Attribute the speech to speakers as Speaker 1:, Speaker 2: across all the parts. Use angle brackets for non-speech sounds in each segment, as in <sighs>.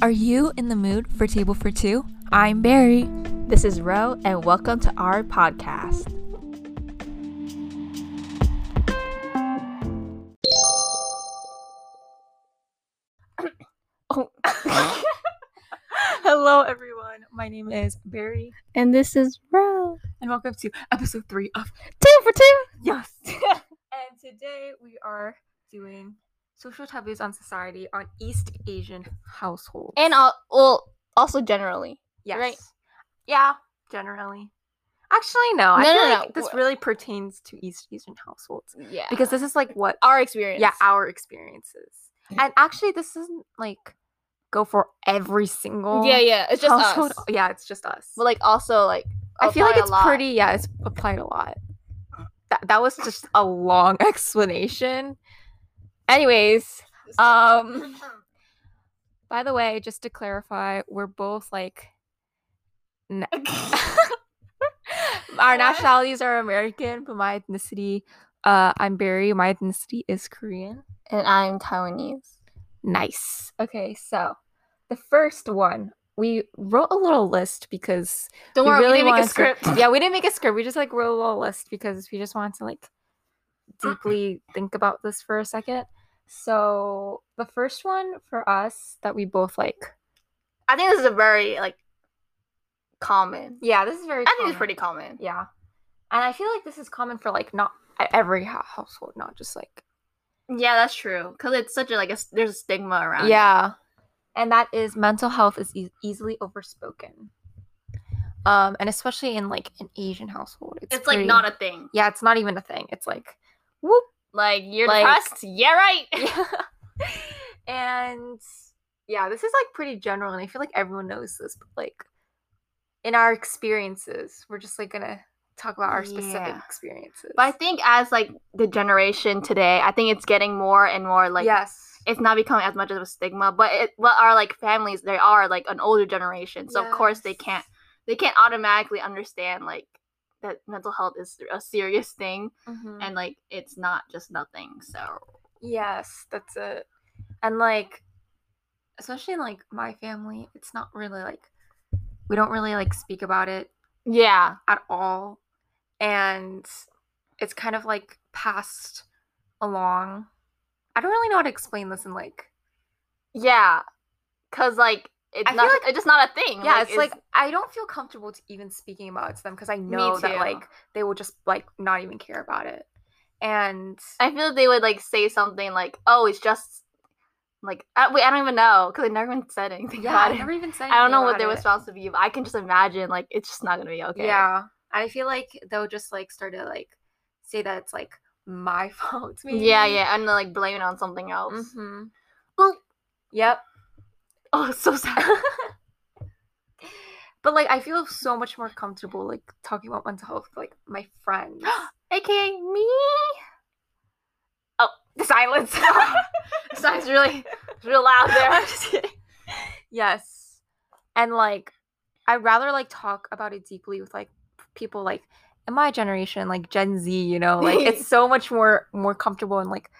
Speaker 1: Are you in the mood for Table for Two? I'm Barry.
Speaker 2: This is Ro, and welcome to our podcast.
Speaker 1: <coughs> Oh. <laughs> Hello, everyone. My name is Barry,
Speaker 2: And this is Ro.
Speaker 1: and welcome to episode three of
Speaker 2: Two for two.
Speaker 1: Yes. and today we are doing social taboos on society on East Asian households.
Speaker 2: <laughs> And uh, well, also generally.
Speaker 1: yes.
Speaker 2: right.
Speaker 1: Yeah, generally. Actually, no. I
Speaker 2: No,
Speaker 1: feel
Speaker 2: no,
Speaker 1: like
Speaker 2: no.
Speaker 1: this
Speaker 2: Wh-
Speaker 1: really pertains to East Asian households
Speaker 2: Yeah.
Speaker 1: because this is like what
Speaker 2: our experience.
Speaker 1: yeah our experiences and actually this isn't like go for every single
Speaker 2: yeah, yeah. It's just
Speaker 1: household.
Speaker 2: us.
Speaker 1: yeah it's just us
Speaker 2: But like also like
Speaker 1: i feel
Speaker 2: applied
Speaker 1: like
Speaker 2: a
Speaker 1: it's
Speaker 2: lot.
Speaker 1: pretty yeah it's applied a lot that, that was just a long <laughs> explanation anyways um by the way just to clarify we're both like
Speaker 2: <laughs>
Speaker 1: n-
Speaker 2: What?
Speaker 1: our nationalities are american but my ethnicity uh i'm barry my ethnicity is korean
Speaker 2: <laughs> And I'm Taiwanese.
Speaker 1: Nice. Okay, so the first one we wrote a little list because
Speaker 2: Don't
Speaker 1: we
Speaker 2: worry,
Speaker 1: really
Speaker 2: we didn't make a
Speaker 1: wanted to-
Speaker 2: script.
Speaker 1: yeah, we didn't make a script. We just like wrote a little list because we just wanted to like
Speaker 2: <clears throat>
Speaker 1: deeply think about this for a second. So the first one for us that we both like.
Speaker 2: I think this is a very like common.
Speaker 1: Yeah, this is very.
Speaker 2: I think it's
Speaker 1: common.
Speaker 2: pretty common.
Speaker 1: Yeah, and I feel like this is common for like not e-, every hou- household, not just like
Speaker 2: Yeah, that's true. Cause it's such a like a, s- there's a stigma around. it.
Speaker 1: Yeah. And that is mental health is eas easily overspoken. Um, and especially in like an Asian household, it's,
Speaker 2: It's, like not a thing.
Speaker 1: yeah, it's not even a thing. It's like, whoop.
Speaker 2: Like you're
Speaker 1: Like-
Speaker 2: depressed. Yeah,
Speaker 1: <laughs>
Speaker 2: right.
Speaker 1: and yeah, this is like pretty general, and I feel like everyone knows this. But like, in our experiences, we're just like gonna talk about our specific
Speaker 2: Yeah.
Speaker 1: experiences.
Speaker 2: But I think as like the generation today, I think it's getting more and more like
Speaker 1: yes,
Speaker 2: it's not becoming as much of a stigma. But it but our like families, they are like an older generation, so of course they
Speaker 1: Yes.
Speaker 2: can't they can't automatically understand like that mental health is a serious thing
Speaker 1: Mhm.
Speaker 2: and like it's not just nothing. So
Speaker 1: Yes, that's it. And like, especially in like my family, it's not really like we don't really like speak about it
Speaker 2: yeah,
Speaker 1: at all, and it's kind of like passed along. I don't really know how to explain this in like.
Speaker 2: yeah, because like
Speaker 1: I
Speaker 2: it's
Speaker 1: feel
Speaker 2: not
Speaker 1: like-
Speaker 2: it's just not a thing.
Speaker 1: Yeah, it's, like I don't feel comfortable to even speaking about it to them because I know that
Speaker 2: too.
Speaker 1: like they will just like not even care about it, and
Speaker 2: I feel they would like say something like, "Oh, it's just." Like I, wait, I don't even know because they never even said anything
Speaker 1: yeah,
Speaker 2: about
Speaker 1: I
Speaker 2: it.
Speaker 1: never even said.
Speaker 2: I don't
Speaker 1: anything
Speaker 2: know what
Speaker 1: about
Speaker 2: they were
Speaker 1: it.
Speaker 2: supposed to be, but I can just imagine like it's just not gonna be okay.
Speaker 1: Yeah. I feel like they'll just like start to like say that it's like my <laughs> fault. Maybe.
Speaker 2: Yeah, yeah, and then, like blame it on something else.
Speaker 1: Mm-hmm.
Speaker 2: Well,
Speaker 1: Yep.
Speaker 2: oh, it's so sad.
Speaker 1: <laughs> But like I feel so much more comfortable like talking about mental health with, like my
Speaker 2: <gasps>
Speaker 1: friends.
Speaker 2: AKA me. <laughs>
Speaker 1: <laughs> Silence.
Speaker 2: Sounds really, it's real loud there.
Speaker 1: I'm <laughs> just kidding. Yes. And like I'd rather like talk about it deeply with like people like in my generation, like Gen Z, you know,
Speaker 2: <laughs>
Speaker 1: like it's so much more more comfortable and like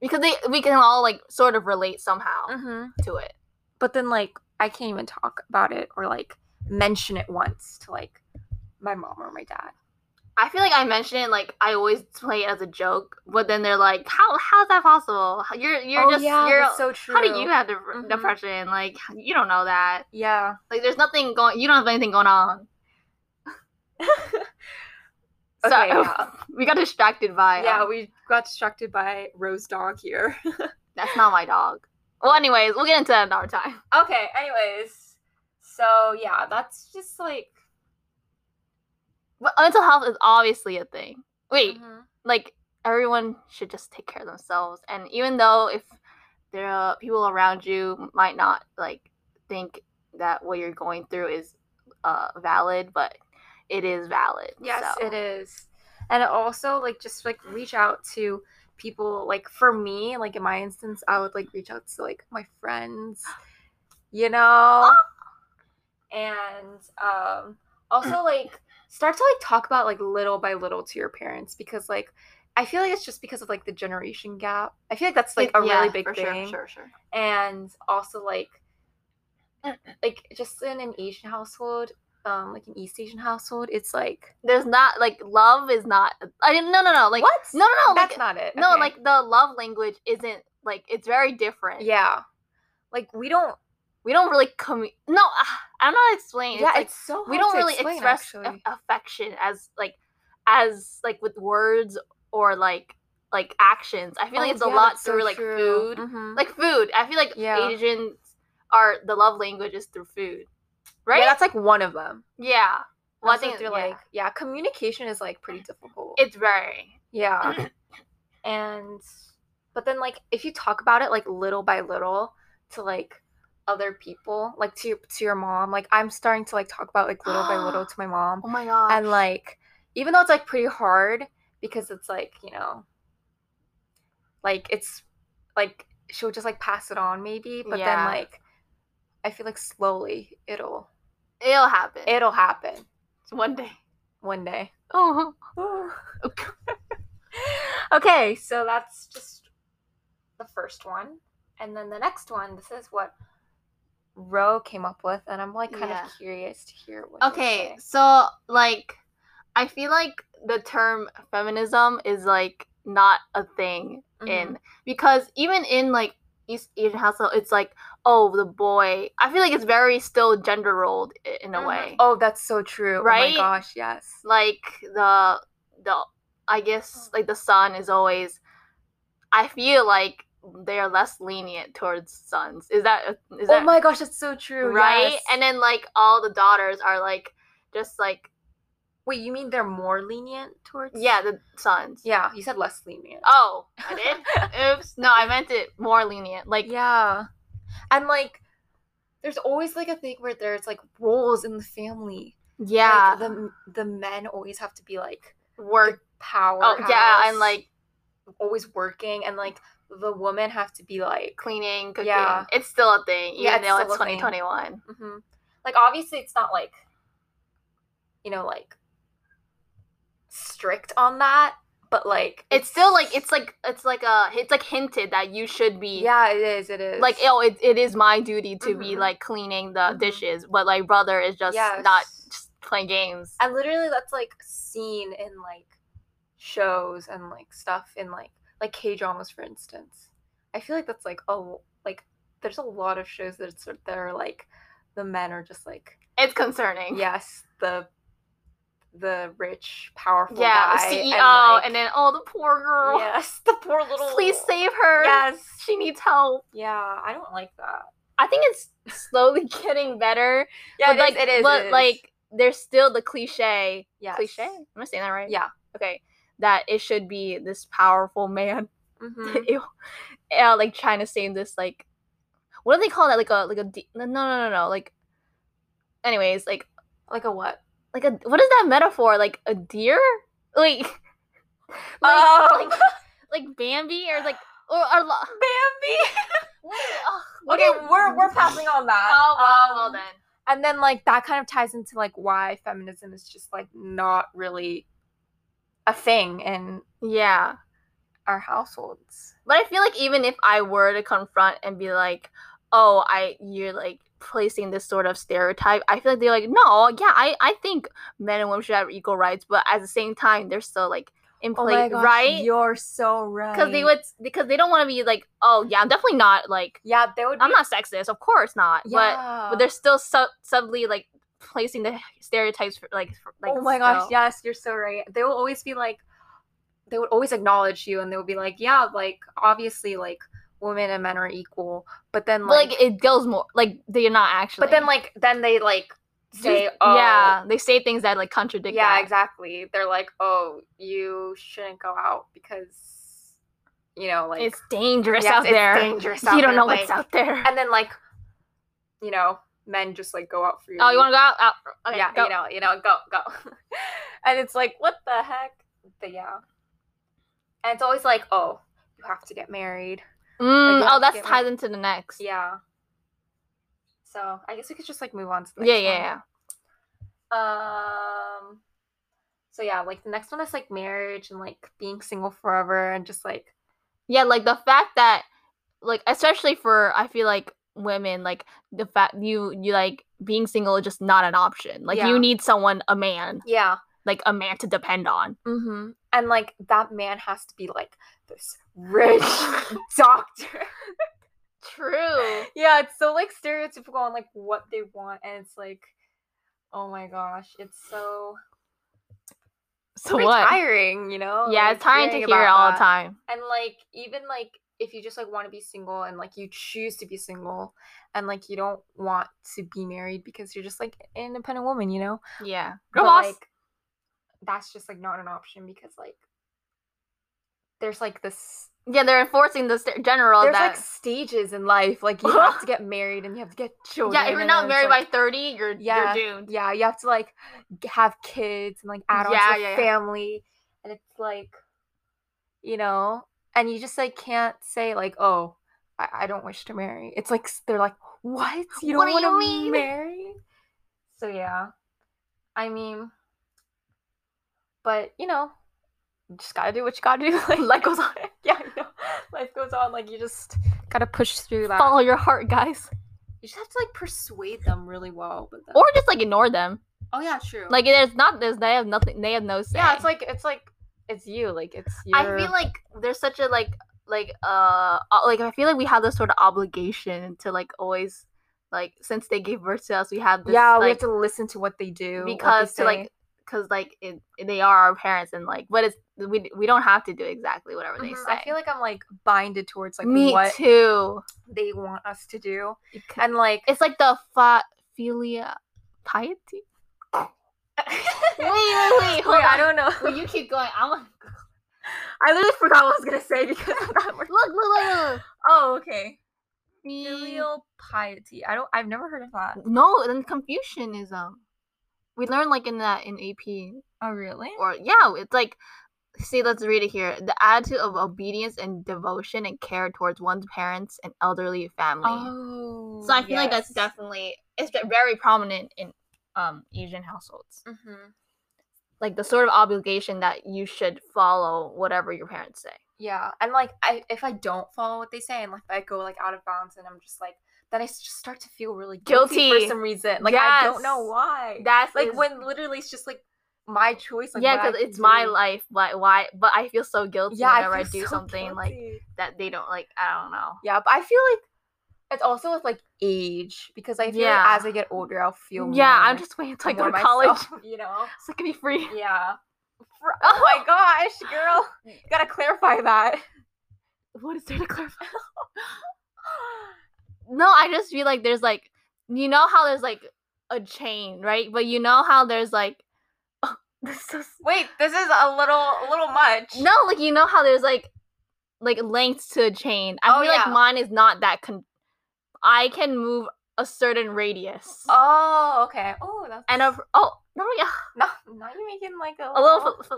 Speaker 2: Because they, we can all like sort of relate somehow
Speaker 1: mm-hmm.
Speaker 2: to it.
Speaker 1: but then like I can't even talk about it or like mention it once to like my mom or my dad.
Speaker 2: I feel like I mentioned it, like I always play it as a joke, but then they're like, "How how's that possible? You're you're just you're
Speaker 1: Oh, so true.
Speaker 2: how do you have dep-
Speaker 1: Mhm.
Speaker 2: depression? Like you don't know that.
Speaker 1: Yeah.
Speaker 2: Like there's nothing going. You don't have anything going on. Sorry,
Speaker 1: <laughs> Okay, yeah.
Speaker 2: <laughs> we got distracted by
Speaker 1: yeah,
Speaker 2: um,
Speaker 1: we got distracted by Rose Dog here. <laughs>
Speaker 2: That's not my dog. Well, anyways, we'll get into that another time.
Speaker 1: okay, anyways. So yeah, that's just like
Speaker 2: But mental health is obviously a thing. Wait,
Speaker 1: Mhm.
Speaker 2: like everyone should just take care of themselves, and even though if there are people around you might not like think that what you're going through is uh valid, but it is valid.
Speaker 1: Yes,
Speaker 2: so.
Speaker 1: it is. And also like just like reach out to people like for me, like in my instance, I would like reach out to like my friends, you know? And um
Speaker 2: <clears throat>
Speaker 1: also like start to like talk about like little by little to your parents because like I feel like it's just because of like the generation gap. I feel like that's like a
Speaker 2: Yeah,
Speaker 1: really big
Speaker 2: for
Speaker 1: thing.
Speaker 2: Sure, sure, sure.
Speaker 1: And also like <clears throat> like just in an Asian household, um, like an East Asian household, it's like
Speaker 2: There's not like love is not. I didn't. No, no, no. Like
Speaker 1: what?
Speaker 2: no, no, no. like,
Speaker 1: that's not it.
Speaker 2: no,
Speaker 1: okay.
Speaker 2: like the love language isn't like it's very different.
Speaker 1: yeah, like we don't.
Speaker 2: we don't really commu- No, ah, I'm not explaining.
Speaker 1: yeah,
Speaker 2: it's like,
Speaker 1: it's so
Speaker 2: we
Speaker 1: hard
Speaker 2: don't
Speaker 1: to
Speaker 2: really
Speaker 1: explain,
Speaker 2: express a-
Speaker 1: actually.
Speaker 2: affection as like as like with words or like like actions. I feel like
Speaker 1: Oh,
Speaker 2: it's a
Speaker 1: yeah,
Speaker 2: lot
Speaker 1: that's so
Speaker 2: through like
Speaker 1: true.
Speaker 2: food,
Speaker 1: Mhm.
Speaker 2: like food. I feel like
Speaker 1: Yeah.
Speaker 2: Asians are the love language is through food,
Speaker 1: Yeah,
Speaker 2: right? Yeah.
Speaker 1: that's like one of them.
Speaker 2: Well, I
Speaker 1: Also
Speaker 2: think
Speaker 1: through,
Speaker 2: yeah,
Speaker 1: like yeah, communication is like
Speaker 2: <laughs>
Speaker 1: pretty difficult.
Speaker 2: it's very <clears throat>
Speaker 1: yeah, and but then like if you talk about it like little by little to like other people, like to your to your mom, like I'm starting to like talk about like little by
Speaker 2: <gasps>
Speaker 1: little to my mom,
Speaker 2: oh my god.
Speaker 1: and like even though it's like pretty hard because it's like you know, like it's like she'll just like pass it on maybe, but
Speaker 2: Yeah.
Speaker 1: then like I feel like slowly it'll
Speaker 2: It'll happen.
Speaker 1: it'll happen
Speaker 2: one day.
Speaker 1: one day. Uh-huh.
Speaker 2: Oh.
Speaker 1: <laughs> okay, so that's just the first one. And then the next one, this is what Ro came up with, and I'm like kind
Speaker 2: Yeah.
Speaker 1: of curious to hear what. you'll
Speaker 2: Okay,
Speaker 1: say.
Speaker 2: so like I feel like the term feminism is like not a thing
Speaker 1: Mm-hmm.
Speaker 2: in because even in like East Asian household it's like oh the boy I feel like it's very still gender rolled i- in a
Speaker 1: Mhm.
Speaker 2: way.
Speaker 1: Oh, that's so true.
Speaker 2: Right?
Speaker 1: Oh my gosh, yes.
Speaker 2: Like the the I guess like the son is always I feel like they are less lenient towards sons. Is that a- is that
Speaker 1: oh my gosh, that's so true.
Speaker 2: right?
Speaker 1: yes.
Speaker 2: And then like all the daughters are like just like
Speaker 1: wait, you mean they're more lenient towards?
Speaker 2: yeah, the sons.
Speaker 1: Yeah, you said less lenient.
Speaker 2: Oh, I
Speaker 1: <laughs>
Speaker 2: did? Oops. No, I meant it more lenient. Like,
Speaker 1: yeah, and like, there's always like a thing where there's like roles in the family.
Speaker 2: yeah.
Speaker 1: like, the the men always have to be like
Speaker 2: work.
Speaker 1: power.
Speaker 2: Oh, yeah. And like
Speaker 1: always working, and like the women have to be like,
Speaker 2: cleaning, cooking.
Speaker 1: Yeah.
Speaker 2: It's still a thing, even
Speaker 1: Yeah, it's
Speaker 2: though
Speaker 1: still
Speaker 2: it's
Speaker 1: a thing.
Speaker 2: 2021.
Speaker 1: hmm like obviously it's not like, you know, like strict on that, but like
Speaker 2: It's still like, it's like, it's like a, it's like hinted that you should be.
Speaker 1: yeah, it is, it is
Speaker 2: Like, oh, it, it is my duty to be
Speaker 1: Mhm.
Speaker 2: like cleaning the
Speaker 1: Mhm.
Speaker 2: dishes, but like, brother is just
Speaker 1: Yes.
Speaker 2: not just playing games.
Speaker 1: and literally that's like seen in like shows and like stuff in like like K dramas for instance. I feel like that's like oh like there's a lot of shows that it's that are like the men are
Speaker 2: <laughs>
Speaker 1: just like
Speaker 2: It's concerning.
Speaker 1: yes the the rich powerful
Speaker 2: Yeah.
Speaker 1: guy,
Speaker 2: the CEO, and,
Speaker 1: like,
Speaker 2: then, oh, the poor girl.
Speaker 1: <laughs> yes the poor
Speaker 2: <laughs>
Speaker 1: little
Speaker 2: Please save her.
Speaker 1: yes
Speaker 2: She needs help.
Speaker 1: yeah I don't like that
Speaker 2: I think it's slowly <laughs> getting better.
Speaker 1: yeah
Speaker 2: but like, but like, there's still the cliche.
Speaker 1: yes.
Speaker 2: Cliche? Am I saying that right?
Speaker 1: Yeah.
Speaker 2: Okay. That it should be this powerful man. <laughs>
Speaker 1: hmm
Speaker 2: Ew. yeah, like trying to save this like, what do they call that? Like a like a de- no no no no no like. Anyways, like
Speaker 1: like a what
Speaker 2: <laughs> like a what is that metaphor? Like a deer? Like. <laughs> like- <laughs>
Speaker 1: Um.
Speaker 2: like, like Bambi or like or, or
Speaker 1: <laughs>
Speaker 2: lo-
Speaker 1: Bambi
Speaker 2: wait, ugh, what
Speaker 1: okay
Speaker 2: is-
Speaker 1: we're we're passing on that
Speaker 2: Oh well, well
Speaker 1: Um,
Speaker 2: then.
Speaker 1: and then like that kind of ties into like why feminism is just like not really a thing in
Speaker 2: Yeah.
Speaker 1: our households
Speaker 2: But I feel like even if I were to confront and be like, "Oh, I you're like placing this sort of stereotype," I feel like they're like, "No, yeah, I I think men and women should have equal rights," but at the same time, they're still like in place, right?
Speaker 1: Oh you're so right
Speaker 2: Because they would because they don't want to be like, "Oh, yeah, I'm definitely not like
Speaker 1: yeah they would
Speaker 2: I'm
Speaker 1: be-
Speaker 2: not sexist, of course not,"
Speaker 1: yeah. Oh
Speaker 2: but but they're still sub- subtly like placing the stereotypes for like for, like
Speaker 1: oh my gosh,
Speaker 2: still.
Speaker 1: yes, you're so right. They will always be like, they would always acknowledge you, and they would be like, yeah, like obviously, like women and men are equal, but then
Speaker 2: But
Speaker 1: like,
Speaker 2: like, it goes more like they're not actually.
Speaker 1: but then like, then they like say, oh,
Speaker 2: yeah, they say things that like contradict.
Speaker 1: yeah,
Speaker 2: that.
Speaker 1: exactly. They're like, oh, you shouldn't go out because, you know, like
Speaker 2: it's dangerous
Speaker 1: yes,
Speaker 2: out
Speaker 1: it's
Speaker 2: there.
Speaker 1: dangerous.
Speaker 2: you
Speaker 1: out
Speaker 2: don't
Speaker 1: there,
Speaker 2: know
Speaker 1: like,
Speaker 2: what's out there.
Speaker 1: and then like, you know, men just like go out for you.
Speaker 2: Oh, you want to go out? out. Okay,
Speaker 1: yeah,
Speaker 2: go.
Speaker 1: you know, you know, go, <laughs> go. and it's like, what the heck? But yeah. And it's always like, oh, you have to get married.
Speaker 2: Mm,
Speaker 1: Like,
Speaker 2: oh,
Speaker 1: you have to
Speaker 2: that's
Speaker 1: get
Speaker 2: tied
Speaker 1: one.
Speaker 2: into the next. Yeah,
Speaker 1: Yeah. So I guess we could just like move on to the
Speaker 2: yeah,
Speaker 1: next
Speaker 2: yeah.
Speaker 1: one. Um so yeah, like the next one is like marriage and like being single forever and just like
Speaker 2: Yeah, like the fact that, like, especially for I feel like women like the fact you you like being single is just not an option like
Speaker 1: Yeah.
Speaker 2: you need someone a man
Speaker 1: Yeah.
Speaker 2: like a man to depend on
Speaker 1: Mm-hmm. And like that man has to be like this <laughs> rich doctor.
Speaker 2: true
Speaker 1: yeah, it's so like stereotypical on like what they want, and it's like, oh my gosh, it's so
Speaker 2: <laughs> so
Speaker 1: pretty
Speaker 2: what
Speaker 1: tiring, you know?
Speaker 2: yeah
Speaker 1: like,
Speaker 2: it's tiring to
Speaker 1: hearing
Speaker 2: hear it
Speaker 1: about
Speaker 2: all the
Speaker 1: that.
Speaker 2: time
Speaker 1: And like even like if you just like want to be single and like you choose to be single and like you don't want to be married because you're just like an independent woman, you know?
Speaker 2: yeah
Speaker 1: But
Speaker 2: Girl boss.
Speaker 1: like that's just like not an option because like there's like this
Speaker 2: yeah they're enforcing the st- general
Speaker 1: there's
Speaker 2: that
Speaker 1: like stages in life.
Speaker 2: <laughs>
Speaker 1: Like you have to get married and you have to get children.
Speaker 2: yeah if you're
Speaker 1: and
Speaker 2: not
Speaker 1: then it's,
Speaker 2: married
Speaker 1: like,
Speaker 2: by 30 you're
Speaker 1: Yeah.
Speaker 2: you're doomed
Speaker 1: yeah, you have to like g- have kids and like add on
Speaker 2: Yeah,
Speaker 1: to
Speaker 2: yeah,
Speaker 1: your
Speaker 2: yeah.
Speaker 1: family, and it's like, you know, and you just like can't say like, oh, I, I don't wish to marry. It's like s- they're like, what? You
Speaker 2: What
Speaker 1: don't
Speaker 2: do you
Speaker 1: want to
Speaker 2: mean?"
Speaker 1: marry? So yeah, I mean, but you know, you just gotta do what you gotta do. <laughs> Like
Speaker 2: Life goes on.
Speaker 1: Yeah, I know. life goes on. Like you just gotta push through that.
Speaker 2: follow your heart guys
Speaker 1: You just have to like persuade them really well. But then...
Speaker 2: or just like ignore them
Speaker 1: oh yeah, true.
Speaker 2: like there's not there's they have nothing they have no say
Speaker 1: Yeah, it's like it's like it's you. Like it's your...
Speaker 2: I feel like there's such a like like uh o- like I feel like we have this sort of obligation to like always like since they gave birth to us we have this
Speaker 1: yeah,
Speaker 2: like,
Speaker 1: we have to listen to what they do
Speaker 2: because to
Speaker 1: what they say.
Speaker 2: like because like it, they are our parents and like what is we we don't have to do exactly whatever they
Speaker 1: Mhm,
Speaker 2: say.
Speaker 1: I feel like I'm like binded towards like
Speaker 2: me
Speaker 1: what
Speaker 2: too.
Speaker 1: they want us to do,
Speaker 2: Because-
Speaker 1: and like <laughs>
Speaker 2: It's like the fa- philia piety. Wait, wait, wait, hold
Speaker 1: I
Speaker 2: on.
Speaker 1: don't know.
Speaker 2: Well, you keep going. I'm like,
Speaker 1: I literally forgot what I was gonna say because of that
Speaker 2: <laughs>
Speaker 1: word.
Speaker 2: look, look, look, look.
Speaker 1: Oh, okay.
Speaker 2: Phi-
Speaker 1: Filial piety. I don't. I've never heard of that.
Speaker 2: No, then Confucianism. We learned like in that in AP
Speaker 1: Oh, really?
Speaker 2: or yeah, it's like see, let's read it here. The attitude of obedience and devotion and care towards one's parents and elderly family.
Speaker 1: Oh.
Speaker 2: so I feel like that's
Speaker 1: yes.
Speaker 2: definitely it's ve- very prominent in um Asian households.
Speaker 1: Mhm.
Speaker 2: Like the sort of obligation that you should follow whatever your parents say.
Speaker 1: Yeah, and like I, if I don't follow what they say, and like I go like out of bounds, and I'm just like, then I s- just start to feel really guilty,
Speaker 2: Guilty.
Speaker 1: for some reason. Like I don't know
Speaker 2: Yes.
Speaker 1: why.
Speaker 2: That's
Speaker 1: like
Speaker 2: is-
Speaker 1: when literally it's just like my choice. Like,
Speaker 2: yeah,
Speaker 1: what I
Speaker 2: because
Speaker 1: can
Speaker 2: it's my
Speaker 1: do.
Speaker 2: life. But why? But I feel so guilty
Speaker 1: Yeah,
Speaker 2: whenever I,
Speaker 1: feel
Speaker 2: do
Speaker 1: so
Speaker 2: something like
Speaker 1: guilty.
Speaker 2: that. They don't like. I don't know.
Speaker 1: Yeah, but I feel like it's also with like age because I feel
Speaker 2: Yeah.
Speaker 1: like as I get older, I'll feel
Speaker 2: Yeah, I'm
Speaker 1: more-
Speaker 2: just waiting until I go
Speaker 1: more
Speaker 2: to college.
Speaker 1: myself, <laughs> you know.
Speaker 2: It's gonna be free.
Speaker 1: Yeah.
Speaker 2: <laughs>
Speaker 1: For- oh my gosh, girl, you gotta clarify that.
Speaker 2: <laughs> What <laughs> is there to clarify? No, I just feel like there's like you know how there's like a chain, right? But you know how there's like <laughs> oh, this is
Speaker 1: Wait, this is a little, a little much.
Speaker 2: no, like you know how there's like like lengths to a chain. I
Speaker 1: Oh,
Speaker 2: feel like
Speaker 1: yeah.
Speaker 2: mine is not that con. I can move a certain radius.
Speaker 1: Oh, okay. Oh, that's
Speaker 2: and a oh no yeah
Speaker 1: no, <laughs> now you're making like a,
Speaker 2: a little ph-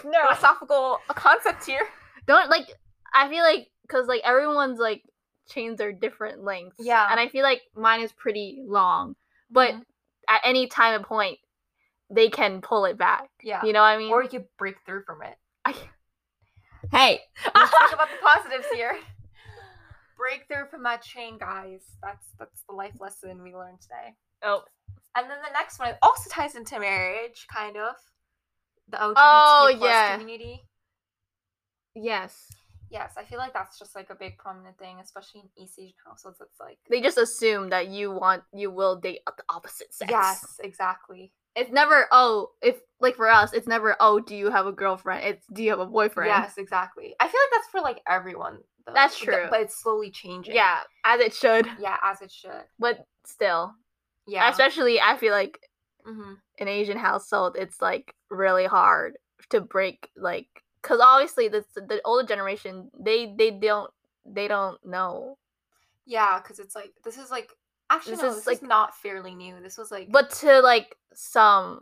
Speaker 2: ph- <laughs>
Speaker 1: philosophical concept here.
Speaker 2: don't like i feel like because like everyone's like chains are different lengths
Speaker 1: Yeah.
Speaker 2: and i feel like mine is pretty long but
Speaker 1: Mhm.
Speaker 2: at any time and point they can pull it back
Speaker 1: yeah,
Speaker 2: you know what i mean
Speaker 1: or you could break through from it.
Speaker 2: hey
Speaker 1: Let's talk about the positives here. Breakthrough from that chain, guys. That's that's the life lesson we learned today.
Speaker 2: oh
Speaker 1: And then the next one also ties into marriage, kind of. The LGBTQ
Speaker 2: Oh, yeah.
Speaker 1: community.
Speaker 2: <laughs> yes
Speaker 1: Yes, I feel like that's just like a big prominent thing, especially in East Asian households. It's like
Speaker 2: they just assume that you want you will date the opposite sex
Speaker 1: yes, exactly.
Speaker 2: it's never oh if like for us it's never oh do you have a girlfriend it's do you have a boyfriend
Speaker 1: Yes, exactly. I feel like that's for like everyone. Though.
Speaker 2: That's
Speaker 1: but th-
Speaker 2: true.
Speaker 1: but it's slowly changing.
Speaker 2: yeah as it should
Speaker 1: yeah, as it should.
Speaker 2: but still
Speaker 1: Yeah,
Speaker 2: especially i feel like
Speaker 1: hmm
Speaker 2: an asian household it's like really hard to break like because obviously the, the older generation they they don't they don't know
Speaker 1: yeah, because it's like this is like actually
Speaker 2: This
Speaker 1: no,
Speaker 2: is,
Speaker 1: this
Speaker 2: like-
Speaker 1: is not fairly new. This was like
Speaker 2: but to like some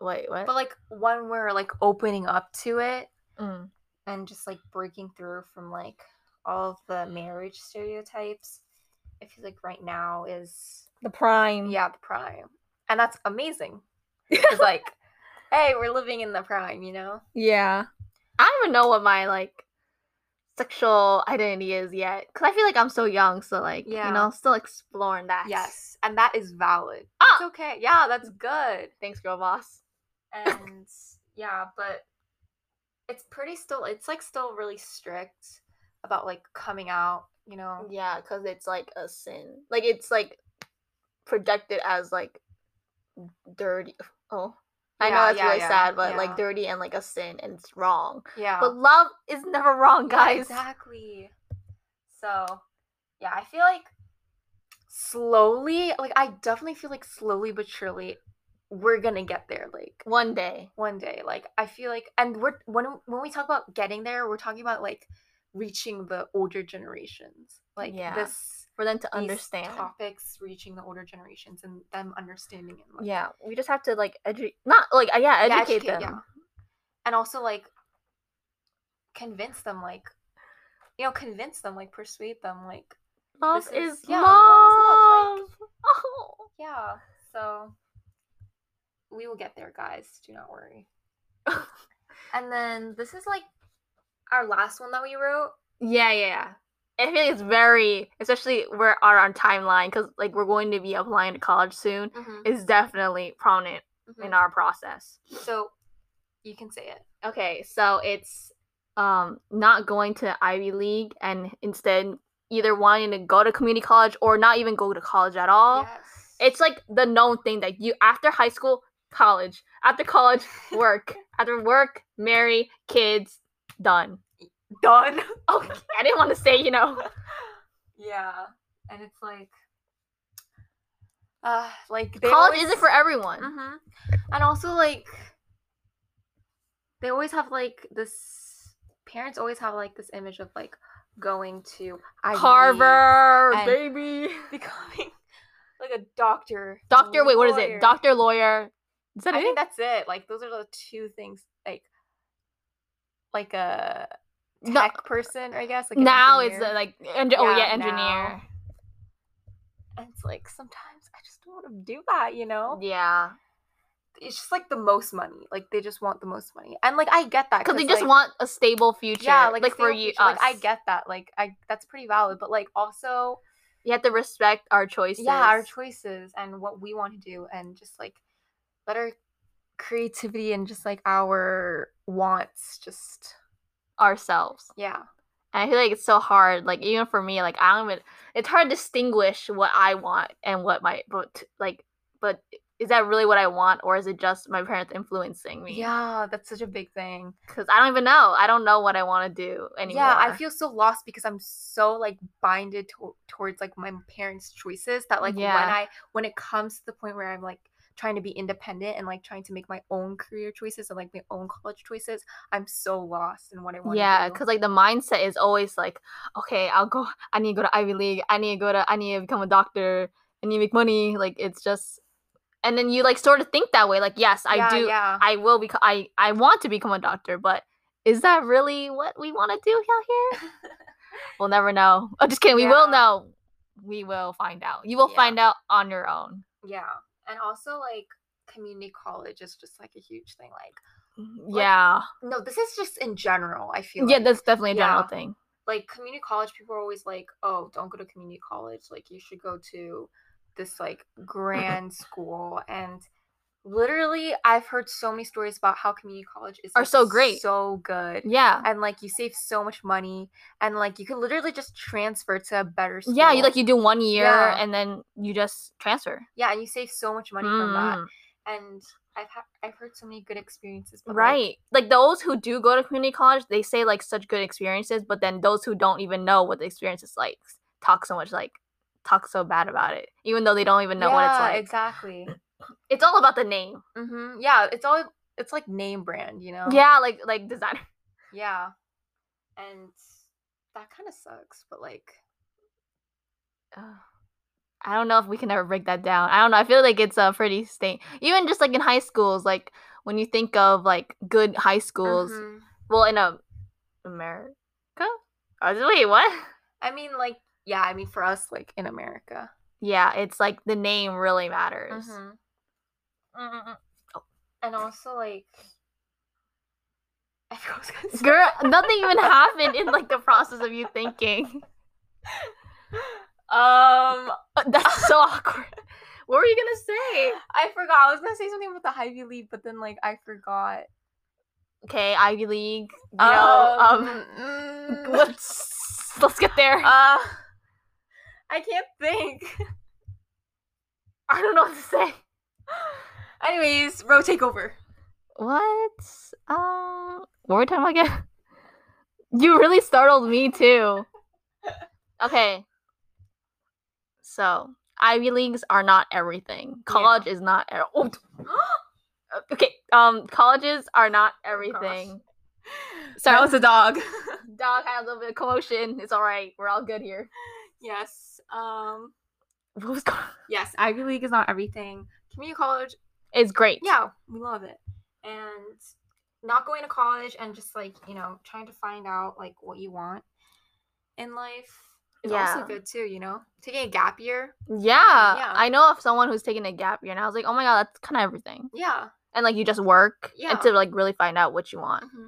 Speaker 2: wait what
Speaker 1: but like when we're like opening up to it
Speaker 2: Mm.
Speaker 1: and just like breaking through from like all of the marriage stereotypes i feel like right now is
Speaker 2: the prime
Speaker 1: yeah the prime and that's
Speaker 2: <laughs>
Speaker 1: amazing it's like hey we're living in the prime you know
Speaker 2: yeah i don't even know what my like sexual identity is yet. Because I feel like I'm so young, so like
Speaker 1: Yeah.
Speaker 2: you know, still exploring that.
Speaker 1: Yes, and that is valid.
Speaker 2: Ah!
Speaker 1: It's okay. Yeah,
Speaker 2: <laughs>
Speaker 1: that's good.
Speaker 2: Thanks, girl boss.
Speaker 1: And yeah, but it's pretty still. It's like still really strict about like coming out. You know.
Speaker 2: Yeah, because it's like a sin. Like it's like projected as like dirty. <sighs> Oh, I know
Speaker 1: Yeah,
Speaker 2: that's
Speaker 1: yeah,
Speaker 2: really
Speaker 1: yeah,
Speaker 2: sad, but like
Speaker 1: yeah.
Speaker 2: dirty and like a sin, and it's wrong.
Speaker 1: Yeah.
Speaker 2: But love is never wrong,
Speaker 1: <laughs> Yeah,
Speaker 2: guys.
Speaker 1: exactly. So, yeah, I feel like slowly, like I definitely feel like slowly but surely, we're gonna get there. Like
Speaker 2: <laughs> One day.
Speaker 1: one day, like I feel like, and we're when when we talk about getting there, we're talking about like reaching the older generations, like
Speaker 2: Yeah.
Speaker 1: this
Speaker 2: for them to
Speaker 1: these
Speaker 2: understand.
Speaker 1: topics reaching the older generations and them understanding it. like,
Speaker 2: Yeah, we just have to like educate, not like uh, yeah,
Speaker 1: yeah,
Speaker 2: educate them.
Speaker 1: And also like convince them like you know, convince them, like persuade them, like
Speaker 2: Love
Speaker 1: This
Speaker 2: is,
Speaker 1: is- yeah,
Speaker 2: love.
Speaker 1: love is
Speaker 2: Oh.
Speaker 1: yeah. So we will get there, guys. Do not worry. and then this is like our last one that we wrote.
Speaker 2: <laughs> Yeah, yeah, yeah. I feel like it's very, especially where are on timeline because like we're going to be applying to college soon. Is definitely prominent
Speaker 1: Mm.
Speaker 2: in our process.
Speaker 1: So you can say it.
Speaker 2: Okay, so it's um not going to Ivy League and instead either wanting to go to community college or not even go to college at all.
Speaker 1: yes.
Speaker 2: it's like the known thing that you after high school college after
Speaker 1: <laughs>
Speaker 2: college work after work marry kids done <laughs>
Speaker 1: done.
Speaker 2: okay i didn't want to say you know
Speaker 1: yeah. And it's like uh like they
Speaker 2: college
Speaker 1: always-
Speaker 2: isn't for everyone
Speaker 1: hmm And also, like, they always have like this. Parents always have like this image of like going to Ivy League,
Speaker 2: carver
Speaker 1: and-
Speaker 2: baby
Speaker 1: <laughs> becoming like a doctor.
Speaker 2: doctor wait what is
Speaker 1: lawyer.
Speaker 2: it doctor lawyer is that
Speaker 1: I
Speaker 2: it
Speaker 1: think that's it. Like, those are the two things. Like, like a
Speaker 2: No,
Speaker 1: tech person, I guess. Like an
Speaker 2: now it's uh,
Speaker 1: engineer.
Speaker 2: like engi- oh
Speaker 1: Yeah,
Speaker 2: yeah engineer
Speaker 1: And it's like sometimes I just don't want to do that, you know.
Speaker 2: yeah
Speaker 1: It's just like the most money. Like they just want the most money, and like I get that
Speaker 2: because they just
Speaker 1: like,
Speaker 2: want a stable future
Speaker 1: Yeah, like,
Speaker 2: for
Speaker 1: stable
Speaker 2: you
Speaker 1: future, Like I
Speaker 2: us.
Speaker 1: get that. Like I that's pretty valid. But like also
Speaker 2: you have to respect our choices
Speaker 1: yeah, our choices and what we want to do and just like let our creativity and just like our wants just
Speaker 2: ourselves
Speaker 1: yeah.
Speaker 2: And I feel like it's so hard. Like even for me, like I don't even. It's hard to distinguish what I want and what my but t- like. But is that really what I want, or is it just my parents influencing me?
Speaker 1: Yeah, that's such a big thing.
Speaker 2: Because I don't even know. I don't know what I want to do anymore.
Speaker 1: Yeah, I feel so lost because I'm so like binded to- towards like my parents' choices that like
Speaker 2: Yeah.
Speaker 1: when I when it comes to the point where I'm like trying to be independent and like trying to make my own career choices and like my own college choices, I'm so lost in what I want to
Speaker 2: Yeah,
Speaker 1: do.
Speaker 2: because like the mindset is always like, okay, I'll go. I need to go to Ivy League. I need to go to. I need to become a doctor. I need to make money. Like it's just, and then you like sort of think that way. Like yes, I
Speaker 1: yeah,
Speaker 2: do.
Speaker 1: Yeah.
Speaker 2: I will become. I I want to become a doctor, but is that really what we want to do out here?
Speaker 1: <laughs>
Speaker 2: We'll never know. Oh, just kidding. We will
Speaker 1: Yeah.
Speaker 2: know. We will find out. You will
Speaker 1: Yeah.
Speaker 2: find out on your own.
Speaker 1: yeah. And also like community college is just like a huge thing. Like Mm-hmm. Like,
Speaker 2: yeah.
Speaker 1: no, this is just in general, I feel
Speaker 2: yeah,
Speaker 1: like.
Speaker 2: that's definitely a general
Speaker 1: yeah.
Speaker 2: thing.
Speaker 1: like community college people are always like, Oh, don't go to community college, like you should go to this
Speaker 2: <laughs>
Speaker 1: like grand school and literally I've heard so many stories about how community college is
Speaker 2: Are
Speaker 1: like,
Speaker 2: so great.
Speaker 1: So good.
Speaker 2: Yeah.
Speaker 1: And like you save so much money and like you could literally just transfer to a better school.
Speaker 2: Yeah, you like you do one year
Speaker 1: Yeah.
Speaker 2: and then you just transfer.
Speaker 1: Yeah, and you save so much money from that.
Speaker 2: Mm,
Speaker 1: And I've ha- I've heard so many good experiences. but, like,
Speaker 2: Right. Like those who do go to community college, they say like such good experiences, but then those who don't even know what the experience is like talk so much like talk so bad about it. Even though they don't even know what it's like.
Speaker 1: Exactly.
Speaker 2: it's all about the name.
Speaker 1: hmm Yeah, it's all it's like name brand,
Speaker 2: <laughs>
Speaker 1: you know.
Speaker 2: Yeah, like like design.
Speaker 1: Yeah, and that kind of sucks. But like,
Speaker 2: Ugh. <sighs> I don't know if we can ever break that down. I don't know. I feel like it's a pretty state. Even just like in high schools, like when you think of like good high schools,
Speaker 1: mhm.
Speaker 2: well, in a America, I was, wait, what? <laughs>
Speaker 1: I mean, like, yeah, I mean, for us, like in America,
Speaker 2: Yeah, it's like the name really matters. Mm-hmm.
Speaker 1: Oh, Mhm. and also like, <laughs> I forgot what I was gonna say.
Speaker 2: Girl, nothing even happened in like the process of you <laughs> thinking.
Speaker 1: <laughs> Um,
Speaker 2: That's so awkward. What were you gonna say?
Speaker 1: I forgot. I was gonna say something about the Ivy League, but then like I forgot.
Speaker 2: Okay, Ivy League. You <laughs> know, um,
Speaker 1: mm,
Speaker 2: let's let's get there.
Speaker 1: uh, I can't think.
Speaker 2: <laughs>
Speaker 1: <laughs>
Speaker 2: I don't know what to say.
Speaker 1: Anyways, row takeover.
Speaker 2: What? Um, what were we talking about again? <laughs> You really startled me <laughs> too. Okay. So Ivy leagues are not everything. College is not. Er- oh, okay. Um, colleges are not everything.
Speaker 1: Sorry,
Speaker 2: Sorry,
Speaker 1: that was a dog.
Speaker 2: dog had a little bit of commotion. It's all right. We're all good here.
Speaker 1: yes. Um.
Speaker 2: What was going?
Speaker 1: Yes, Ivy League is not everything. Community college,
Speaker 2: It's great.
Speaker 1: yeah, we love it. And not going to college and just like you know trying to find out like what you want in life is
Speaker 2: Yeah.
Speaker 1: also good too. You know, taking a gap year.
Speaker 2: Yeah,
Speaker 1: Yeah.
Speaker 2: I know of someone who's taking a gap year, and I was like, oh my god, that's kind of everything.
Speaker 1: Yeah.
Speaker 2: And like, you just work
Speaker 1: Yeah.
Speaker 2: and to like really find out what you want.
Speaker 1: mhm.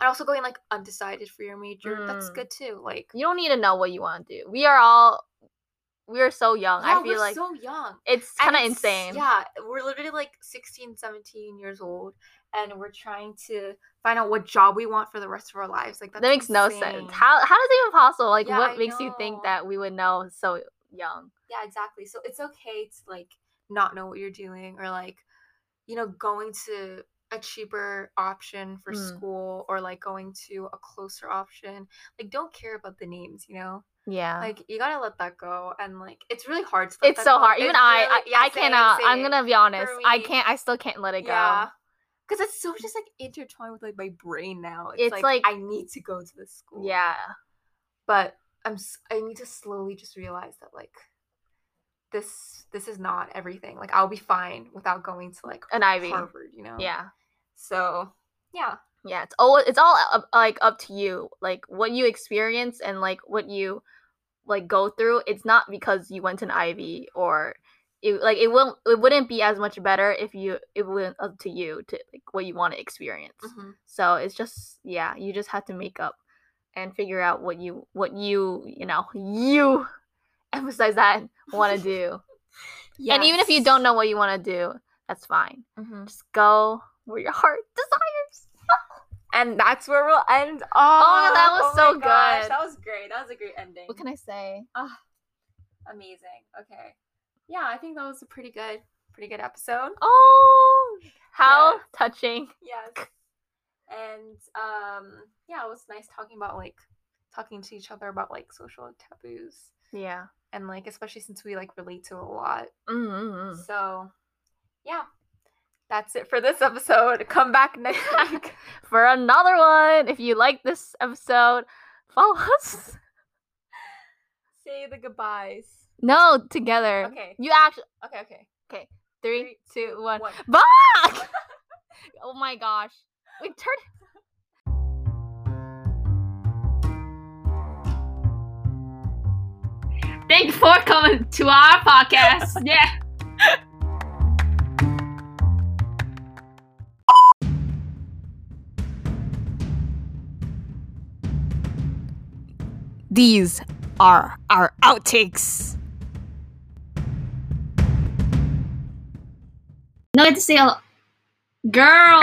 Speaker 1: And also going like undecided for your major. That's
Speaker 2: Mm.
Speaker 1: good too. Like
Speaker 2: You don't need to know what you want to do. We are all, we are so young.
Speaker 1: yeah,
Speaker 2: I feel
Speaker 1: we're
Speaker 2: like
Speaker 1: so young.
Speaker 2: it's
Speaker 1: And
Speaker 2: kind of
Speaker 1: it's-
Speaker 2: insane.
Speaker 1: Yeah, we're literally like 16, 17 years old, and we're trying to find out what job we want for the rest of our lives. Like
Speaker 2: that
Speaker 1: that's
Speaker 2: makes no
Speaker 1: insane.
Speaker 2: sense. How how is it even possible? Like,
Speaker 1: Yeah,
Speaker 2: what
Speaker 1: I
Speaker 2: makes you think
Speaker 1: know.
Speaker 2: that we would know so young?
Speaker 1: Yeah, exactly. So it's okay to like not know what you're doing or like, you know, going to a cheaper option for
Speaker 2: Mm.
Speaker 1: school or like going to a closer option. Like, don't care about the names, you know?
Speaker 2: Yeah,
Speaker 1: Like, you gotta let that go. And like, it's really hard to let
Speaker 2: it's
Speaker 1: that
Speaker 2: so
Speaker 1: go.
Speaker 2: hard. Even
Speaker 1: It's
Speaker 2: I, I,
Speaker 1: really- yeah,
Speaker 2: I
Speaker 1: same,
Speaker 2: cannot. I'm
Speaker 1: same.
Speaker 2: gonna be honest. I
Speaker 1: me,
Speaker 2: can't. I still can't let it go.
Speaker 1: Yeah. Cause it's so just like intertwined with like my brain now. It's,
Speaker 2: It's
Speaker 1: like,
Speaker 2: like-
Speaker 1: I need to go to this school.
Speaker 2: yeah.
Speaker 1: But I'm s- I need to slowly just realize that like this this is not everything. Like I'll be fine without going to like
Speaker 2: An Ivy.
Speaker 1: Harvard, you know.
Speaker 2: Yeah.
Speaker 1: So yeah,
Speaker 2: yeah it's all it's all up, like up to you like what you experience and like what you like go through it's not because you went to an ivy or it, like it won't it wouldn't be as much better if you it went up to you to like what you want to experience so it's just yeah you just have to make up and figure out what you what you you know you <laughs> emphasize that want to do and even if you don't know what you want to do that's fine
Speaker 1: Mm-hmm.
Speaker 2: just go where your heart <laughs> desires
Speaker 1: and that's where we'll end. Oh,
Speaker 2: that was
Speaker 1: my
Speaker 2: so
Speaker 1: gosh,
Speaker 2: good.
Speaker 1: That was great. That was a great ending.
Speaker 2: what can i say
Speaker 1: Amazing. Okay, yeah, I think that was a pretty good, pretty good episode.
Speaker 2: Oh, how
Speaker 1: Yeah.
Speaker 2: touching.
Speaker 1: Yes. And um, yeah, it was nice talking about like talking to each other about like social taboos
Speaker 2: Yeah.
Speaker 1: and like especially since we like relate to a lot. Hmm.
Speaker 2: <laughs> Mm-hmm.
Speaker 1: So yeah, that's it for this episode. Come back next week.
Speaker 2: For another one, if you like this episode, follow us.
Speaker 1: Say the goodbyes.
Speaker 2: No, together.
Speaker 1: Okay.
Speaker 2: You actually.
Speaker 1: Okay, okay.
Speaker 2: Three, two, one.
Speaker 1: One.
Speaker 2: Back! <laughs> oh my gosh. We turned. Thanks for coming to our podcast. yeah.
Speaker 3: These are our outtakes.
Speaker 2: No, I have to say, a- girl.